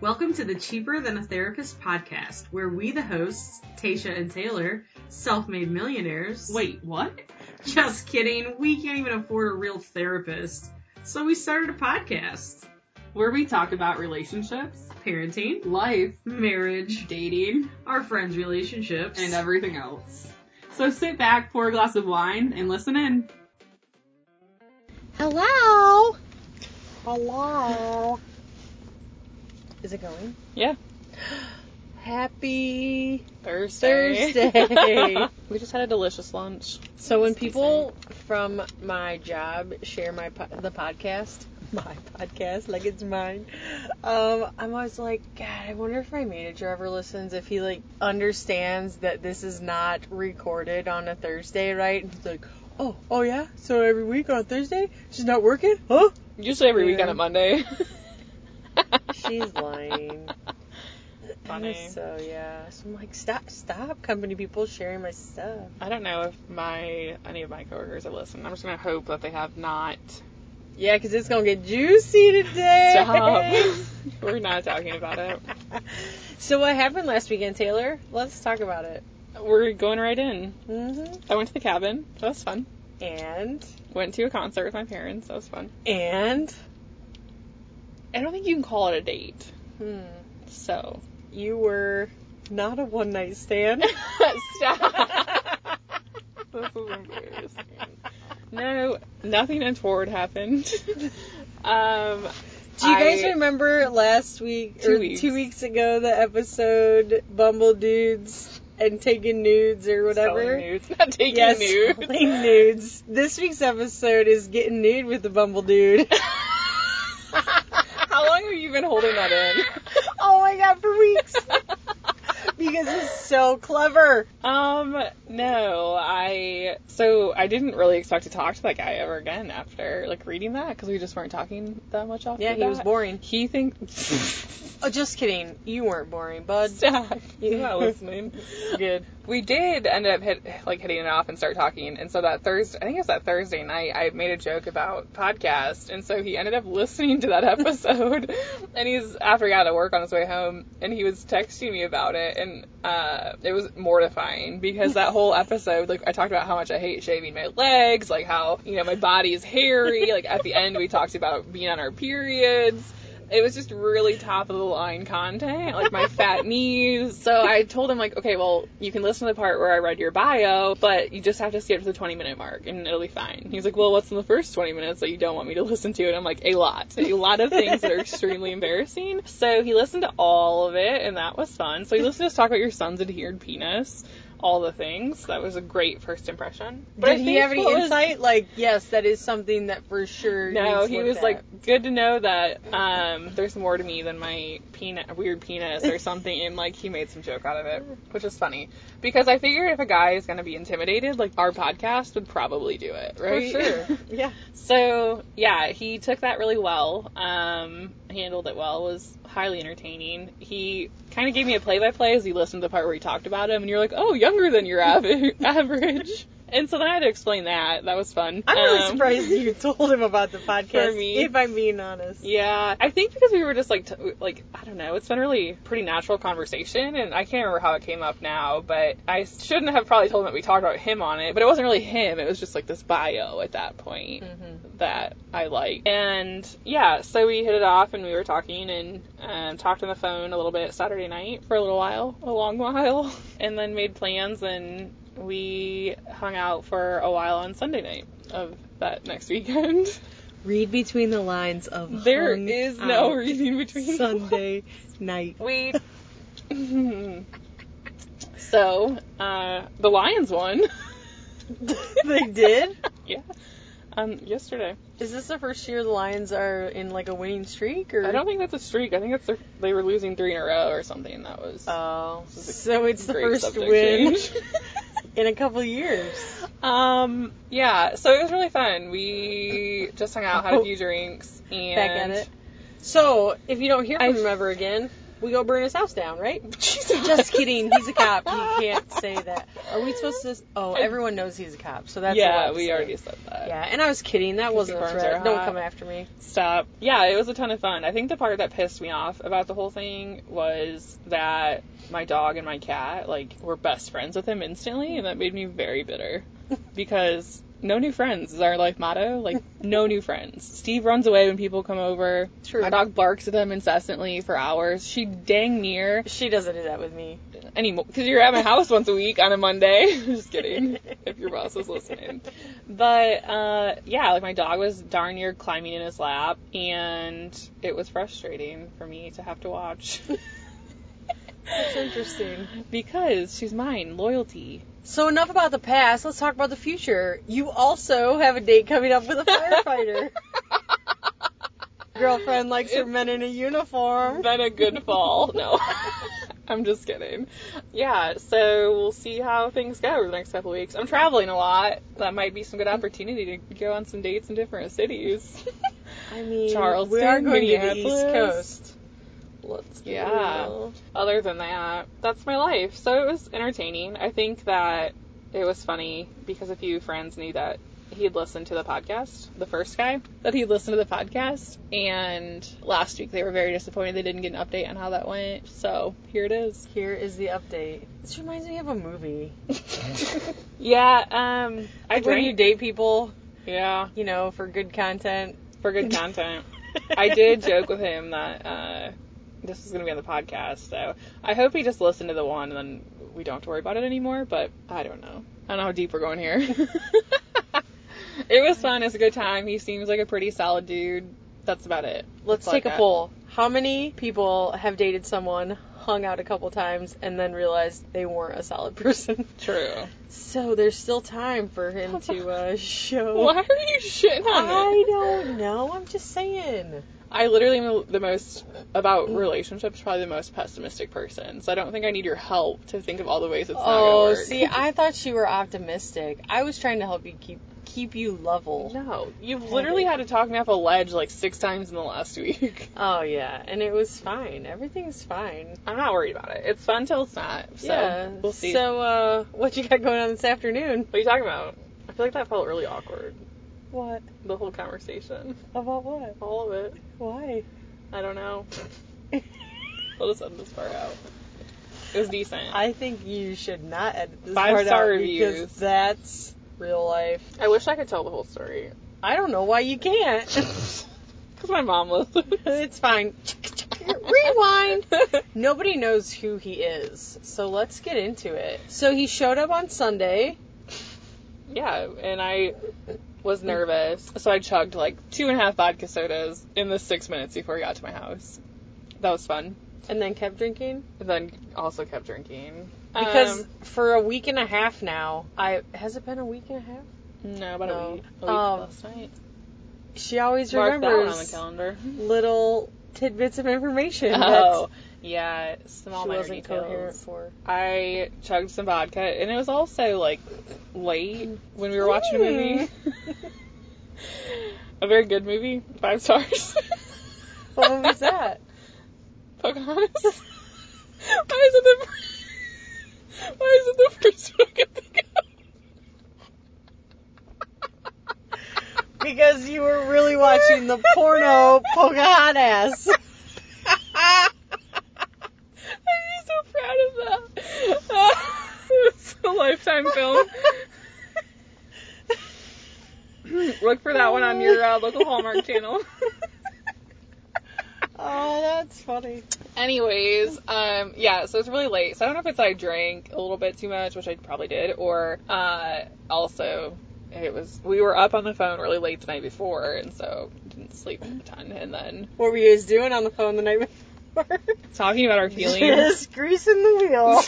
Welcome to the Cheaper Than a Therapist podcast, where we, the hosts, Tasha and Taylor, self made millionaires. Wait, what? Just kidding, we can't even afford a real therapist. So we started a podcast Where we talk about relationships, parenting, life, marriage, dating, our friends' relationships. and everything else. So sit back, pour a glass of wine, and listen in. Hello. Hello. Is it going? Yeah. Happy Thursday. Thursday. we just had a delicious lunch. so when people from my job share my po- the podcast, my podcast like it's mine, um, I'm always like, God, I wonder if my manager ever listens, if he like understands that this is not recorded on a Thursday, right? And he's like, Oh, oh yeah. So every week on Thursday, she's not working, huh? Usually every Yeah. weekend at Monday. She's lying. Funny. So yeah, so I'm like, stop, stop, company people sharing my stuff. I don't know if my any of my coworkers are listening. I'm just gonna hope that they have not. Yeah, 'cause it's gonna get juicy today. Stop. We're not talking about it. so what happened last weekend, Taylor? Let's talk about it. We're going right in. hmm I went to the cabin. That was fun. And Went to a concert with my parents. That was fun. and I don't think you can call it a date. hmm, So you were not a one night stand. stop. this is embarrassing. No, nothing untoward happened. um, Do you guys I- remember last week Two or weeks. two weeks ago the episode Bumble Dudes and Taking Nudes or whatever? Spelling nudes, not taking yes, nudes. only nudes. This week's episode is getting nude with the Bumble Dude. How long have you been holding that in? oh my god, for weeks. because it's so clever. um, no, I so I didn't really expect to talk to that guy ever again after like reading that because we just weren't talking that much after Yeah, he was that. boring. He thinks Oh, just kidding. You weren't boring, bud. stop. You're not listening. Good. We did end up hit, like hitting it off and start talking, and so that Thursday, I think it was that Thursday night, I made a joke about podcast, and so he ended up listening to that episode, and he's after he got out of work on his way home, and he was texting me about it, and uh, it was mortifying because that whole episode, like I talked about how much I hate shaving my legs, like how you know my body is hairy, like at the end we talked about being on our periods, it was just really top of the line content, like my fat knees. So I told him like, okay, well, you can listen to the part where I read your bio, but you just have to skip to the 20 minute mark and it'll be fine. He was like, well, what's in the first 20 minutes that you don't want me to listen to? And I'm like, a lot, a lot of things that are extremely embarrassing. So he listened to all of it and that was fun. So he listened to us talk about your son's adhered penis. All the things. That was a great first impression. I Did he think have any what was- insight? Like, yes, that is something that for sure. no, needs he looked was at. like, good to know that um, there's more to me than my peanut, weird penis or something. And like, he made some joke out of it, which is funny because I figured if a guy is gonna be intimidated, like our podcast would probably do it, for right? sure. yeah. so yeah, he took that really well. Um, handled it well. Was highly entertaining. He kind of gave me a play-by-play as he listened to the part where he talked about him, and you're like, oh, younger than your aver- average. And so then I had to explain that. That was fun. I'm really Um, surprised that you told him about the podcast. me. If I'm being honest. Yeah, I think because we were just like, t- like I don't know, it's been really pretty natural conversation, and I can't remember how it came up now, but I shouldn't have probably told him that we talked about him on it, but it wasn't really him. It was just like this bio at that point that I like, and yeah, so we hit it off, and we were talking and um, talked on the phone a little bit Saturday night for a little while, a long while, and then made plans, and we hung out for a while on Sunday night of that next weekend. Read between the lines of There hung is no out reason between Sunday night. we. so uh, the Lions won. they did. yeah. Um, yesterday. Is this the first year the Lions are in like a winning streak? Or I don't think that's a streak. I think that's their, they were losing three in a row or something. That was Oh, This is a so it's the great first subject win change. in a couple years. um. Yeah. So it was really fun. We Oh. just hung out, had a few drinks, and Back at it. So if you don't hear I- from him ever again, we go burn his house down, right? Jesus. Just kidding. He's a cop. You can't say that. Are we supposed to? Oh, everyone knows he's a cop, so that's yeah, allowed to we say. already said that. Yeah, and I was kidding. That wasn't a Confirms threat. are Don't hot. come after me. Stop. Yeah, it was a ton of fun. I think the part that pissed me off about the whole thing was that my dog and my cat like were best friends with him instantly, and that made me very bitter because no new friends is our life motto. Like no new friends. Steve runs away when people come over. True. My dog barks at them incessantly for hours. She dang near She doesn't do that with me. anymore because you're at my house once a week on a Monday. Just kidding. if your boss is listening, but uh, yeah, like my dog was darn near climbing in his lap, and it was frustrating for me to have to watch That's interesting. because she's mine. Loyalty. So enough about the past. Let's talk about the future. You also have a date coming up with a firefighter. Girlfriend likes her men in a uniform. Been a good fall. No. I'm just kidding. Yeah, so we'll see how things go over the next couple of weeks. I'm traveling a lot. That might be some good opportunity to go on some dates in different cities. I mean, Charleston, we are going to the East Minneapolis. Coast. Let's get Yeah. real. other than that, that's my life. So it was entertaining. I think that it was funny because a few friends knew that he'd listened to the podcast, the first guy, that he'd listened to the podcast. And last week they were very disappointed they didn't get an update on how that went. So here it is. Here is the update. This reminds me of a movie. Yeah, um, I Like when you date people, Yeah, you know, for good content. for good content. I did joke with him that uh, this is going to be on the podcast, so I hope he just listened to the one and then we don't have to worry about it anymore. But I don't know. I don't know how deep we're going here. it was fun. It's a good time. He seems like a pretty solid dude. That's about it. Let's That's all I take a got. poll. How many people have dated someone, hung out a couple times, and then realized they weren't a solid person? True. So there's still time for him to uh, show. Why are you shitting on I it? don't know. I'm just saying. I literally am the most about relationships, probably the most pessimistic person. So I don't think I need your help to think of all the ways it's not gonna Oh, work. see, I thought you were optimistic. I was trying to help you keep keep you level. No, you've literally had to talk me off a ledge like six times in the last week. Oh yeah, and it was fine. Everything's fine. I'm not worried about it. It's fun till it's not. So yeah. we'll see. So uh, what you got going on this afternoon? what are you talking about? I feel like that felt really awkward. What The whole conversation, about what? all of it. Why? I don't know. We'll just end this part out. It was decent. I, I think you should not edit this Five part star out reviews. because that's real life. wish I could tell the whole story. I don't know why you can't. Because my mom listens. it's fine. Rewind. Nobody knows who he is, so let's get into it. So he showed up on Sunday. yeah, and I was nervous, so I chugged like two and a half vodka sodas in the six minutes before I got to my house. That was fun. And then kept drinking And then also kept drinking. because Um, for a week and a half now, I has it been a week and a half? no, about No. a week. A week Um, last night. She always Mark that one on the remembers calendar. little tidbits of information Oh, yeah. that Small she minor wasn't coherent details. for. I chugged some vodka, and it was also like late when we were watching a movie. Mm. a very good movie, five stars. What movie was that? Pocahontas. Why is it the Why is it the first one I could think of? Because you were really watching the porno Pocahontas. I'm so proud of that. it's a lifetime film. Look for that one on your uh, local Hallmark channel. Oh, that's funny. Anyways, um, yeah, so it's really late. So I don't know if it's I drank a little bit too much, which I probably did, or uh, also it was we were up on the phone really late the night before, and so didn't sleep a ton. And then What were you guys doing on the phone the night before? talking about our feelings. Just greasing the wheel.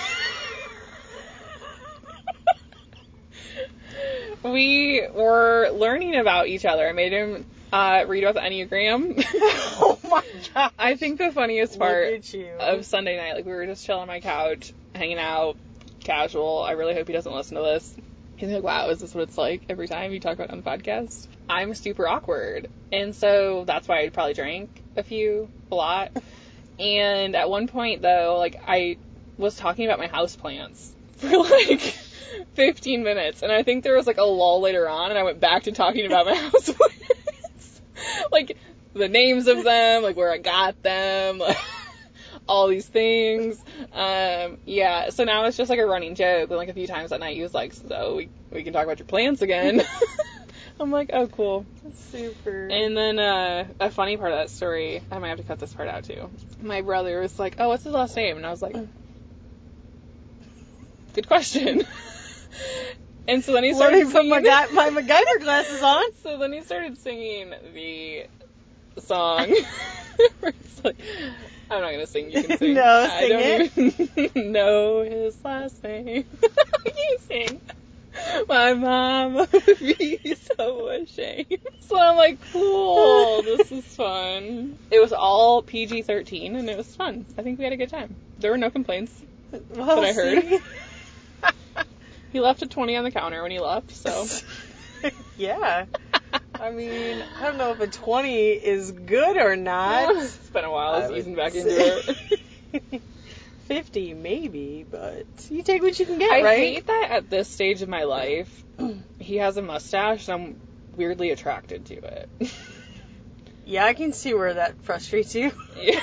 we were learning about each other. I made him uh, read about the Enneagram. oh my god. I think the funniest part Look at you. of Sunday night. Like we were just chilling on my couch, hanging out, casual. I really hope he doesn't listen to this. He's like, wow, is this what it's like every time you talk about it on the podcast? I'm super awkward. And so that's why I probably drank a few, a lot. And at one point though, like I was talking about my house plants for like 15 minutes, and I think there was like a lull later on, and I went back to talking about my house plants, like the names of them, like where I got them. all these things. Um, yeah, so now it's just like a running joke. And like a few times that night, he was like, "So we we can talk about your plants again." I'm like, "Oh, cool." Super. And then uh, a funny part of that story, I might have to cut this part out too. My brother was like, "Oh, what's his last name?" And I was like, "Good question." and so then he started Learning from my, singing. guy- my MacGyver glasses on. So then he started singing the song. It's like, I'm not gonna sing. You can sing. No, sing I don't even know his last name. you sing. My mom would be so ashamed. So I'm like, cool, this is fun. It was all PG 13 and it was fun. I think we had a good time. There were no complaints. Well, I heard. see? He left a 20 on the counter when he left, so. yeah. I mean, I don't know if a 20 is good or not. it's been a while. I It's would easing back into say- it. 50 maybe, but you take what you can get, I right? hate that at this stage of my life, he has a mustache and I'm weirdly attracted to it. Yeah, I can see where that frustrates you. Yeah.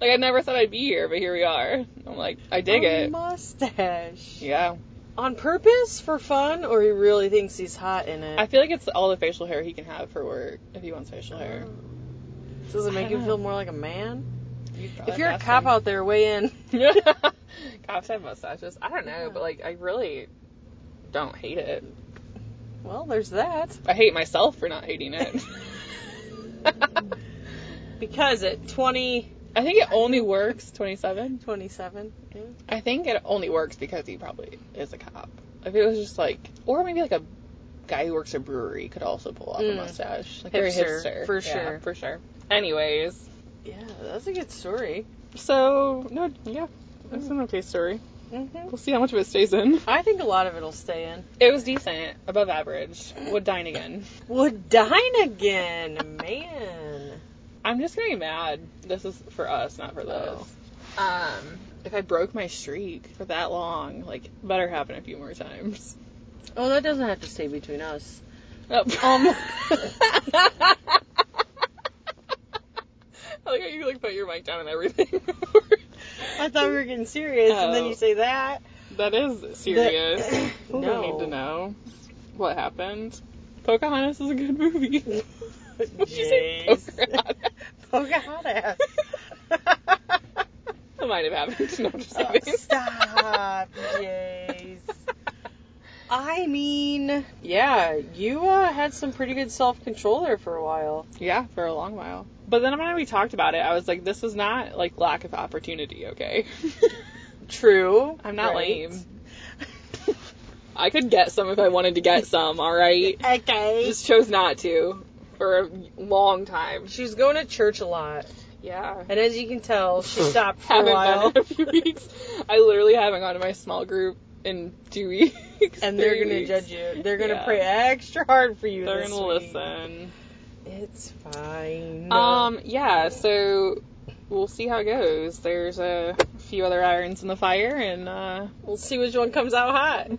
like I never thought I'd be here, but here we are. I'm like, I dig a it. mustache. Yeah. On purpose for fun or he really thinks he's hot in it? I feel like it's all the facial hair he can have for work if he wants facial hair. Um, Does it make I you don't feel know. more like a man? You'd probably If you're a ask cop him. out there, weigh in. cops have mustaches. I don't know, Yeah. but like I really don't hate it. Well, there's that. I hate myself for not hating it. Because at 20, I think it only works 27. 27, yeah. I think it only works because he probably is a cop. If it was just like, or maybe like a guy who works at a brewery could also pull off a Mm. mustache, like very Hipster, hipster, for Yeah, sure. for sure. Anyways, Yeah, that's a good story. so no, yeah, that's an okay story. Mm-hmm. We'll see how much of it stays in. I think a lot of it'll stay in. It was decent, above average. Would dine again. Would dine again, man. I'm just getting mad. This is for us, not for this. Um, if I broke my streak for that long, like better happen a few more times. Oh, that doesn't have to stay between us. Oh. Um. I like how you like put your mic down and everything. I thought we were getting serious, and then Oh. you say that. that is serious. That- We no. don't need to know what happened. Pocahontas is a good movie. What'd you say? Jeez. Pocahontas? Oh, Pocahontas. That might have happened. No, I'm just Oh, kidding. stop, Jace. I mean, yeah, you uh, had some pretty good self control there for a while. Yeah, for a long while. But then when we talked about it, I was like, this is not like lack of opportunity, okay? True. I'm not right? lame. I could get some if I wanted to get some, alright? Okay. just chose not to for a long time. She's going to church a lot, Yeah. and as you can tell, she stopped for a haven't while. done it in a few weeks. I literally haven't gone to my small group in two weeks. And they're three gonna weeks. judge you. They're gonna Yeah. pray extra hard for you. They're this gonna week. listen. It's fine. Um, yeah, so we'll see how it goes. There's a few other irons in the fire and uh we'll see which one comes out hot.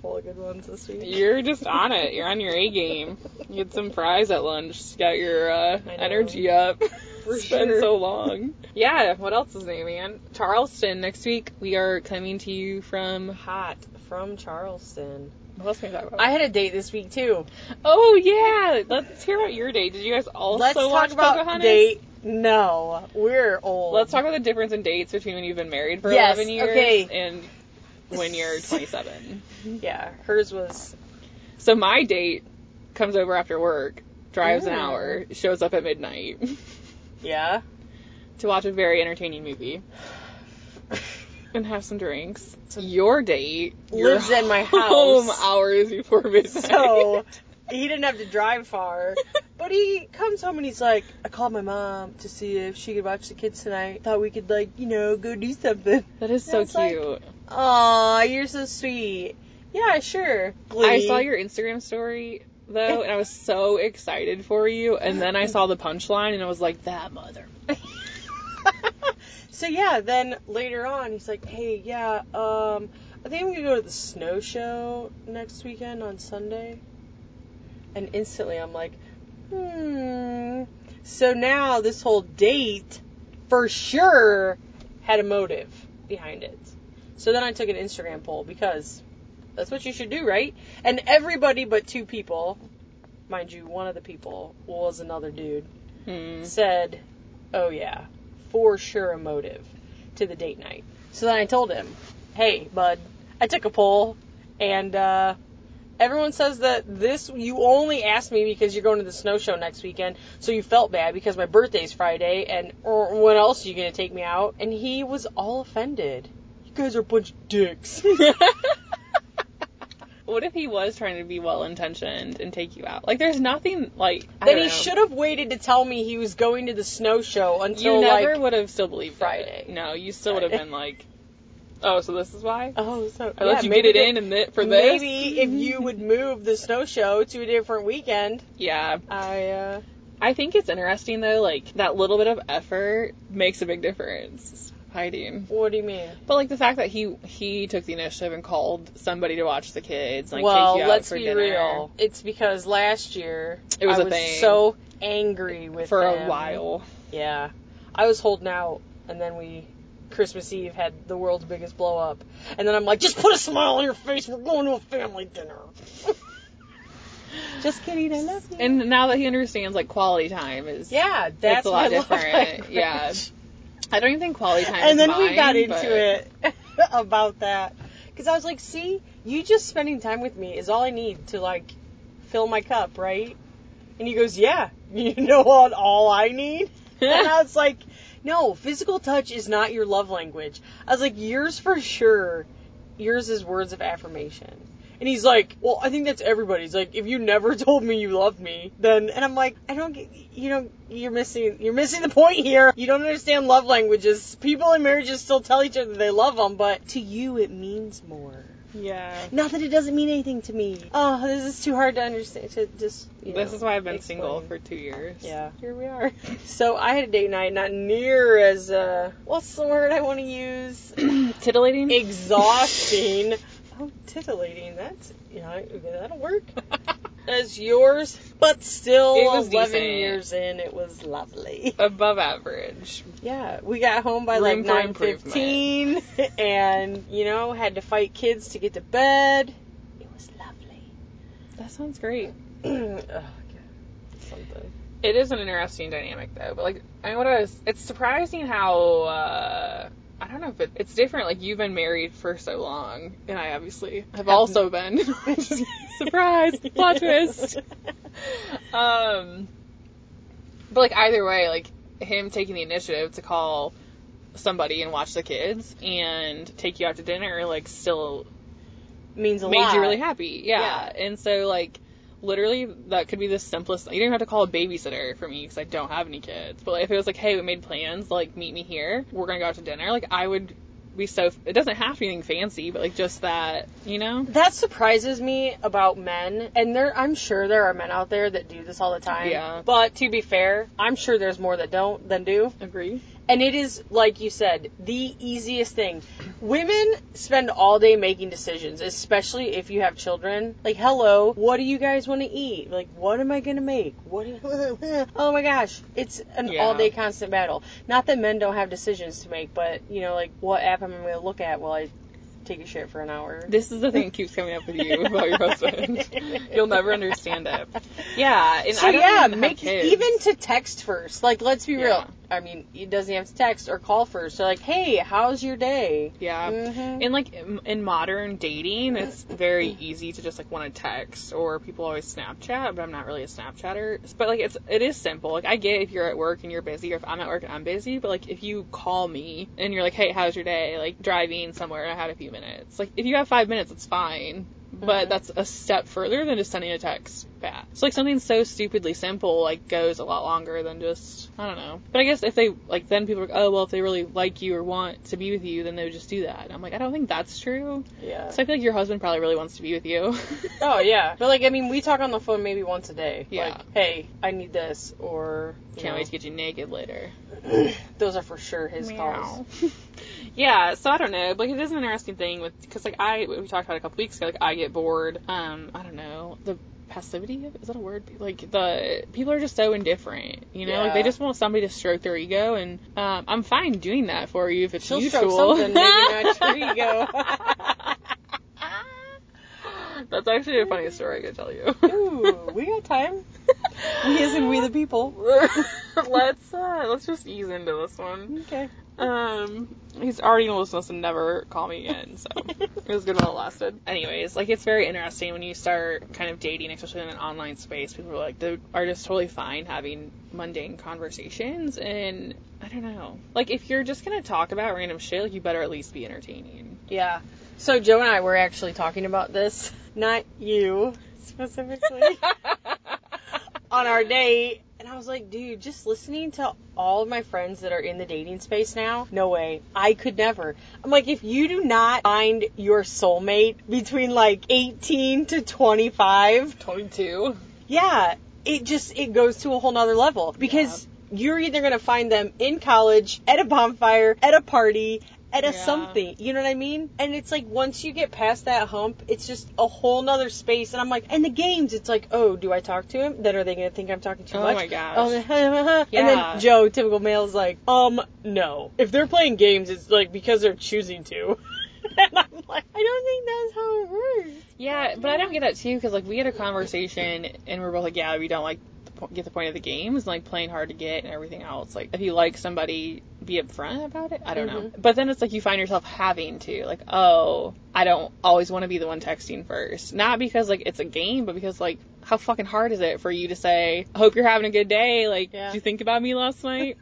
Full of good ones this week. You're just on it. You're on your A game. You had some fries at lunch. Got your uh, I know. energy up. For it's been sure. so long. Yeah. What else is new, man? Charleston next week. We are coming to you from. Hot from Charleston. What else can we talk about? I had a date this week too. oh yeah. Let's hear about your date. Did you guys also Let's watch talk about Pocahontas? date. No, we're old. Let's talk about the difference in dates between when you've been married for Yes, 11 years okay. and when you're 27. Yeah, hers was. So my date comes over after work, drives an Ooh. hour, shows up at midnight. Yeah. to watch a very entertaining movie and have some drinks. So your date you're Lives in my home house. hours before midnight. So he didn't have to drive far. But he comes home and he's like, I called my mom to see if she could watch the kids tonight. Thought we could like, you know, go do something. that is so It's like- cute. Aw, you're so sweet. Yeah, sure. Glee. I saw your Instagram story though, and I was so excited for you. And then I saw the punchline, and I was like, that mother. So yeah, then later on, he's like, "Hey, yeah, um, I think I'm gonna go to the snow show next weekend on Sunday." And instantly, I'm like, "Hmm." So now this whole date, for sure, had a motive behind it. So then I took an Instagram poll because that's what you should do, right? And everybody but two people, mind you, one of the people was another dude Hmm. said, "Oh yeah, for sure a motive to the date night." So then I told him, "Hey, bud, I took a poll, and uh, everyone says that this you only asked me because you're going to the snow show next weekend, so you felt bad because my birthday's Friday, and or, when else are you gonna take me out?" And he was all offended. You guys are a bunch of dicks. What if he was trying to be well intentioned and take you out? Like, there's nothing like. I then don't he know. should have waited to tell me he was going to the snow show until You never like. would have still believed it. Friday. No, you still would have Friday. been like, oh, so this is why. Oh, so I let yeah, you maybe get it they- in and th- for this. Maybe if you would move the snow show to a different weekend, Mm-hmm. Yeah, I uh, I think it's interesting though. Like that little bit of effort makes a big difference. Hiding, what do you mean? but like the fact that he he took the initiative and called somebody to watch the kids, like well, take you out let's for be dinner. real. It's because last year It was I a thing. so angry with for a them. while. Yeah, I was holding out, and then we Christmas Eve had the world's biggest blow up, and then I'm like, just put a smile on your face. We're going to a family dinner. just kidding. I love you. And now that he understands like quality time is yeah, that's a lot my love different, language. yeah. I don't even think quality time. is and then we mine, got into but- it about that because I was like, "See, you just spending time with me is all I need to like fill my cup, right?" And he goes, "Yeah, you know what? All I need." and I was like, "No, physical touch is not your love language." I was like, "Yours for sure. Yours is words of affirmation." And he's like, "Well, I think that's everybody's. Like, if you never told me you loved me, then..." And I'm like, "I don't get. You know, you're missing. You're missing the point here. You don't understand love languages. People in marriages still tell each other they love them, but to you it means more. Yeah. Not that it doesn't mean anything to me. Oh, this is too hard to understand. To just. you This know, is why I've been explain. single for two years. Yeah. Here we are. So I had a date night, not near as uh what's the word I want to use? Titillating. Exhausting. oh, titillating. That's you know okay, that'll work. As yours, but still It was eleven decent. years in, it was lovely. Above average. Yeah, we got home by Room like for nine fifteen, and you know had to fight kids to get to bed. It was lovely. That sounds great. oh, God. Something. It is an interesting dynamic though, but like I mean, what I was, it's surprising how uh, I don't know if it, it's different. Like you've been married for so long, and I obviously have also been. Surprise, plot twist. Um, but like either way, like him taking the initiative to call somebody and watch the kids and take you out to dinner, like still means a made lot. you really happy. Yeah. Yeah. And so like literally that could be the simplest. You don't even have to call a babysitter for me because I don't have any kids. But like, if it was like, hey, we made plans, like meet me here, we're gonna go out to dinner. Like I would be so. It doesn't have to be anything fancy, but like just that, you know. That surprises me about men, and there I'm sure there are men out there that do this all the time. Yeah. But to be fair, I'm sure there's more that don't than do. Agree. And it is like you said, the easiest thing. Women spend all day making decisions, especially if you have children. Like, hello, what do you guys want to eat? Like, what am I gonna make? What? do- oh my gosh, it's an Yeah. all-day constant battle. Not that men don't have decisions to make, but you know, like, what app am I gonna look at while I take a shit for an hour? This is the thing that keeps coming up with you about your husband. You'll never understand it. Yeah. And So I don't yeah, even have make kids. even to text first. Like, let's be Yeah. real. I mean, it doesn't have to text or call first. So like, hey, how's your day? Yeah. Mhm. And like in in modern dating, it's very Mm. easy to just like want to text or people always Snapchat, but I'm not really a Snapchatter. But like it's it is simple. Like I get if you're at work and you're busy, or if I'm at work and I'm busy. But like if you call me and you're like, hey, how's your day? Like driving somewhere, I had a few minutes. Like if you have five minutes, it's fine. but that's a step further than just sending a text back. So like something so stupidly simple like goes a lot longer than just I don't know. But I guess if they like then people are like, oh well if they really like you or want to be with you then they would just do that. And I'm like I don't think that's true. Yeah. So I feel like your husband probably really wants to be with you. oh yeah, but like I mean, we talk on the phone maybe once a day. Yeah. Like, hey, I need this, or you Can't wait to know, get you naked later. those are for sure his calls. yeah, so I don't know. Like it is an interesting thing with because like I we talked about it a couple weeks ago. Like I get bored. Um, I don't know the passivity of, is that a word? Like the people are just so indifferent. You know, like they Yeah. just want somebody to stroke their ego, and um, I'm fine doing that for you if it's She'll mutual. stroke something, maybe not your ego. That's actually a funny story I could tell you. Ooh, we got time. We as in we the people. let's uh, let's just ease into this one. Okay. Um, he's already gonna listen to us and never call me again, so it was good while it lasted. Anyways, like it's very interesting when you start kind of dating, especially in an online space. People are like, they are just totally fine having mundane conversations, and I don't know. Like if you're just gonna talk about random shit, like you better at least be entertaining. Yeah. So Joe and I were actually talking about this, not you specifically, on our date. And I was like, dude, just listening to all of my friends that are in the dating space now, no way. I could never. I'm like, if you do not find your soulmate between like 18 to 25, Twenty-two. yeah, it just it goes to a whole nother level because you're either gonna find them in college, at a bonfire, at a party, at a Yeah. something. You know what I mean? And it's like once you get past that hump, it's just a whole nother space. And I'm like, and the games, it's like, oh, do I talk to him? Then are they gonna think I'm talking too Oh much? my gosh. Oh, and Yeah. then Joe, typical male, is like, um, no. If they're playing games, it's like because they're choosing to. and I'm like, I don't think that's how it works. Yeah, but I don't get that too because like we had a conversation and we're both like, yeah, we don't like the po- get the point of the games and like playing hard to get and everything else. Like if you like somebody, be upfront about it. I don't know. But then it's like you find yourself having to like, oh, I don't always want to be the one texting first, not because like it's a game, but because like how fucking hard is it for you to say, hope you're having a good day. Like, Yeah. did you think about me last night?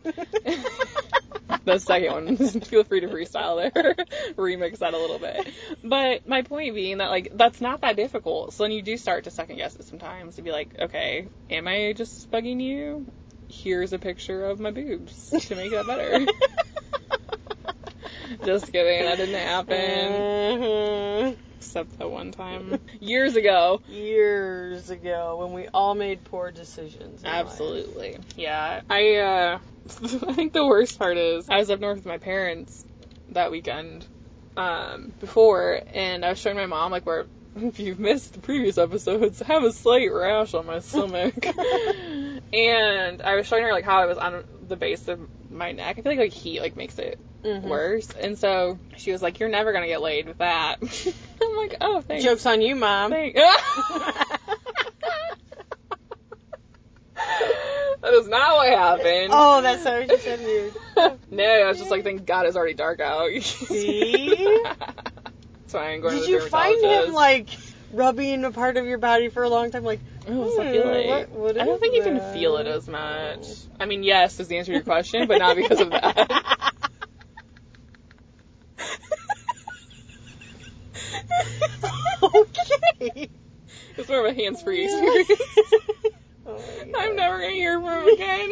the second one. Feel free to freestyle there, remix that a little bit. But my point being that like that's not that difficult. So then you do start to second guess it sometimes to be like, okay, am I just bugging you? Here's a picture of my boobs to make that better. just kidding, that didn't happen. Mhm. Except that one time years ago. years ago when we all made poor decisions. in life. Absolutely. Yeah. I uh I think the worst part is I was up north with my parents that weekend um before and I was showing my mom like where if you've missed the previous episodes, I have a slight rash on my stomach. and I was showing her like how it was on the base of my neck. I feel like like heat like makes it Mhm. worse. And so she was like, You're never gonna get laid with that I'm like, Oh thanks. Joke's on you, mom. Thank- that is not what happened. Oh, that's so she said weird. no, I was just like, thank God it's already dark out. See? That's why I'm going Did to the you find him dermatologist. like rubbing a part of your body for a long time? Like, Oh, what's that feel "Hmm, like? what- what I don't is think you can that?" feel it as much. I mean, yes is the answer to your question, but not because of that. okay. It's more of a hands-free experience. Oh my I'm God. never gonna hear from him again.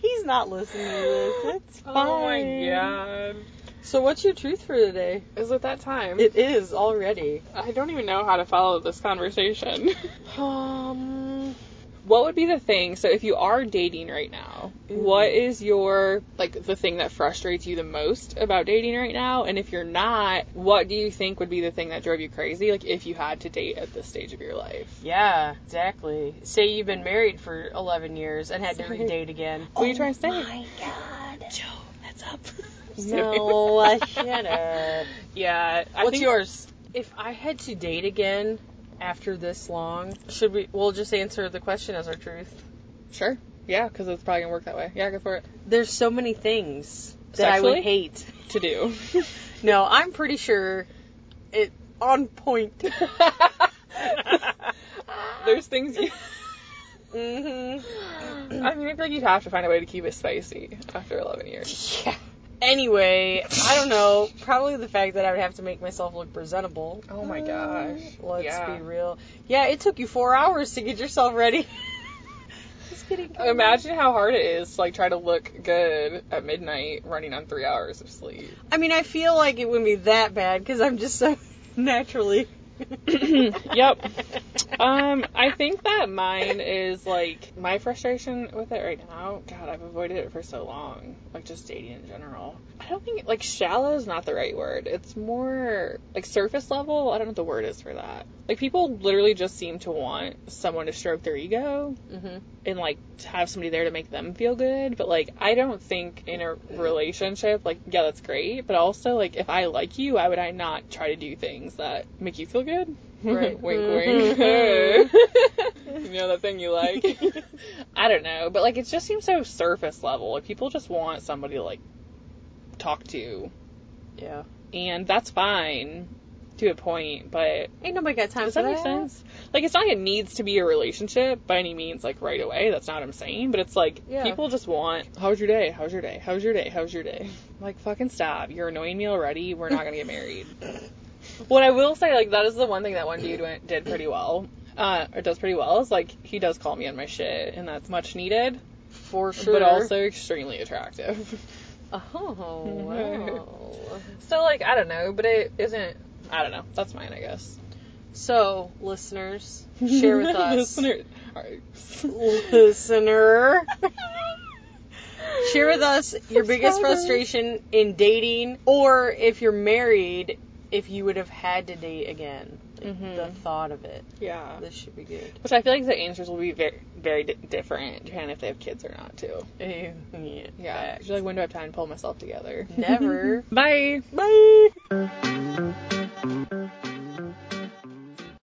He's not listening to this. It's fine. Oh my god. So, what's your truth for today? Is it that time? It is already. I don't even know how to follow this conversation. Um. what would be the thing? So if you are dating right now, Ooh. what is your like the thing that frustrates you the most about dating right now? And if you're not, what do you think would be the thing that drove you crazy? Like if you had to date at this stage of your life. Yeah, exactly. Say you've been married for 11 years and had to Sorry. redate again. What are you trying to say? Oh god. Joe, that's up. No, No, shut up. Yeah. I What's think- yours? If I had to date again after this long, should we? We'll just answer the question as our truth. Sure. Yeah, because it's probably gonna work that way. Yeah, go for it. There's so many things that I Sexually? would hate. To do. No, I'm pretty sure it on point. There's things you. mm-hmm. I mean, I feel like you'd have to find a way to keep it spicy after 11 years. Yeah. Anyway, I don't know. Probably the fact that I would have to make myself look presentable. Oh my gosh. Let's Yeah. be real. Yeah, it took you four hours to get yourself ready. Just kidding. Imagine how hard it is to like try to look good at midnight running on three hours of sleep. I mean, I feel like it wouldn't be that bad because I'm just so naturally. Yep. Um, I think that mine is like my frustration with it right now. God, I've avoided it for so long. Like just dating in general. I don't think like shallow is not the right word. It's more like surface level. I don't know what the word is for that. Like people literally just seem to want someone to stroke their ego Mhm. and like to have somebody there to make them feel good. But like I don't think in a relationship, like yeah, that's great. But also like if I like you, why would I not try to do things that make you feel good? Right. wink, Mhm. wink. you know that thing you like? I don't know, but like it just seems so surface level. Like people just want somebody to like talk to, yeah. and that's fine to a point. But Ain't nobody got time does for that make sense? Like it's not like it needs to be a relationship by any means, like right away. That's not what I'm saying. But it's like Yeah. people just want. How's your day? How's your day? How's your day? How's your day? Like fucking stop. You're annoying me already. We're not gonna get married. What I will say, like that is the one thing that one dude went, did pretty well, uh, or does pretty well, is like he does call me on my shit, and that's much needed, For sure. but also extremely attractive. Oh, wow. so like I don't know, but it isn't. I don't know. That's mine, I guess. So, listeners, share with us. Listener- alright. Listener. Share with us your biggest Subscribers. frustration in dating, or if you're married, if you would have had to date again. Like, Mhm. The thought of it. Yeah. This should be good. Which I feel like the answers will be very, very di- different depending if they have kids or not, too. yeah. Yeah. 'Cause you're like, when do I have time to pull myself together? Never. Bye. Bye.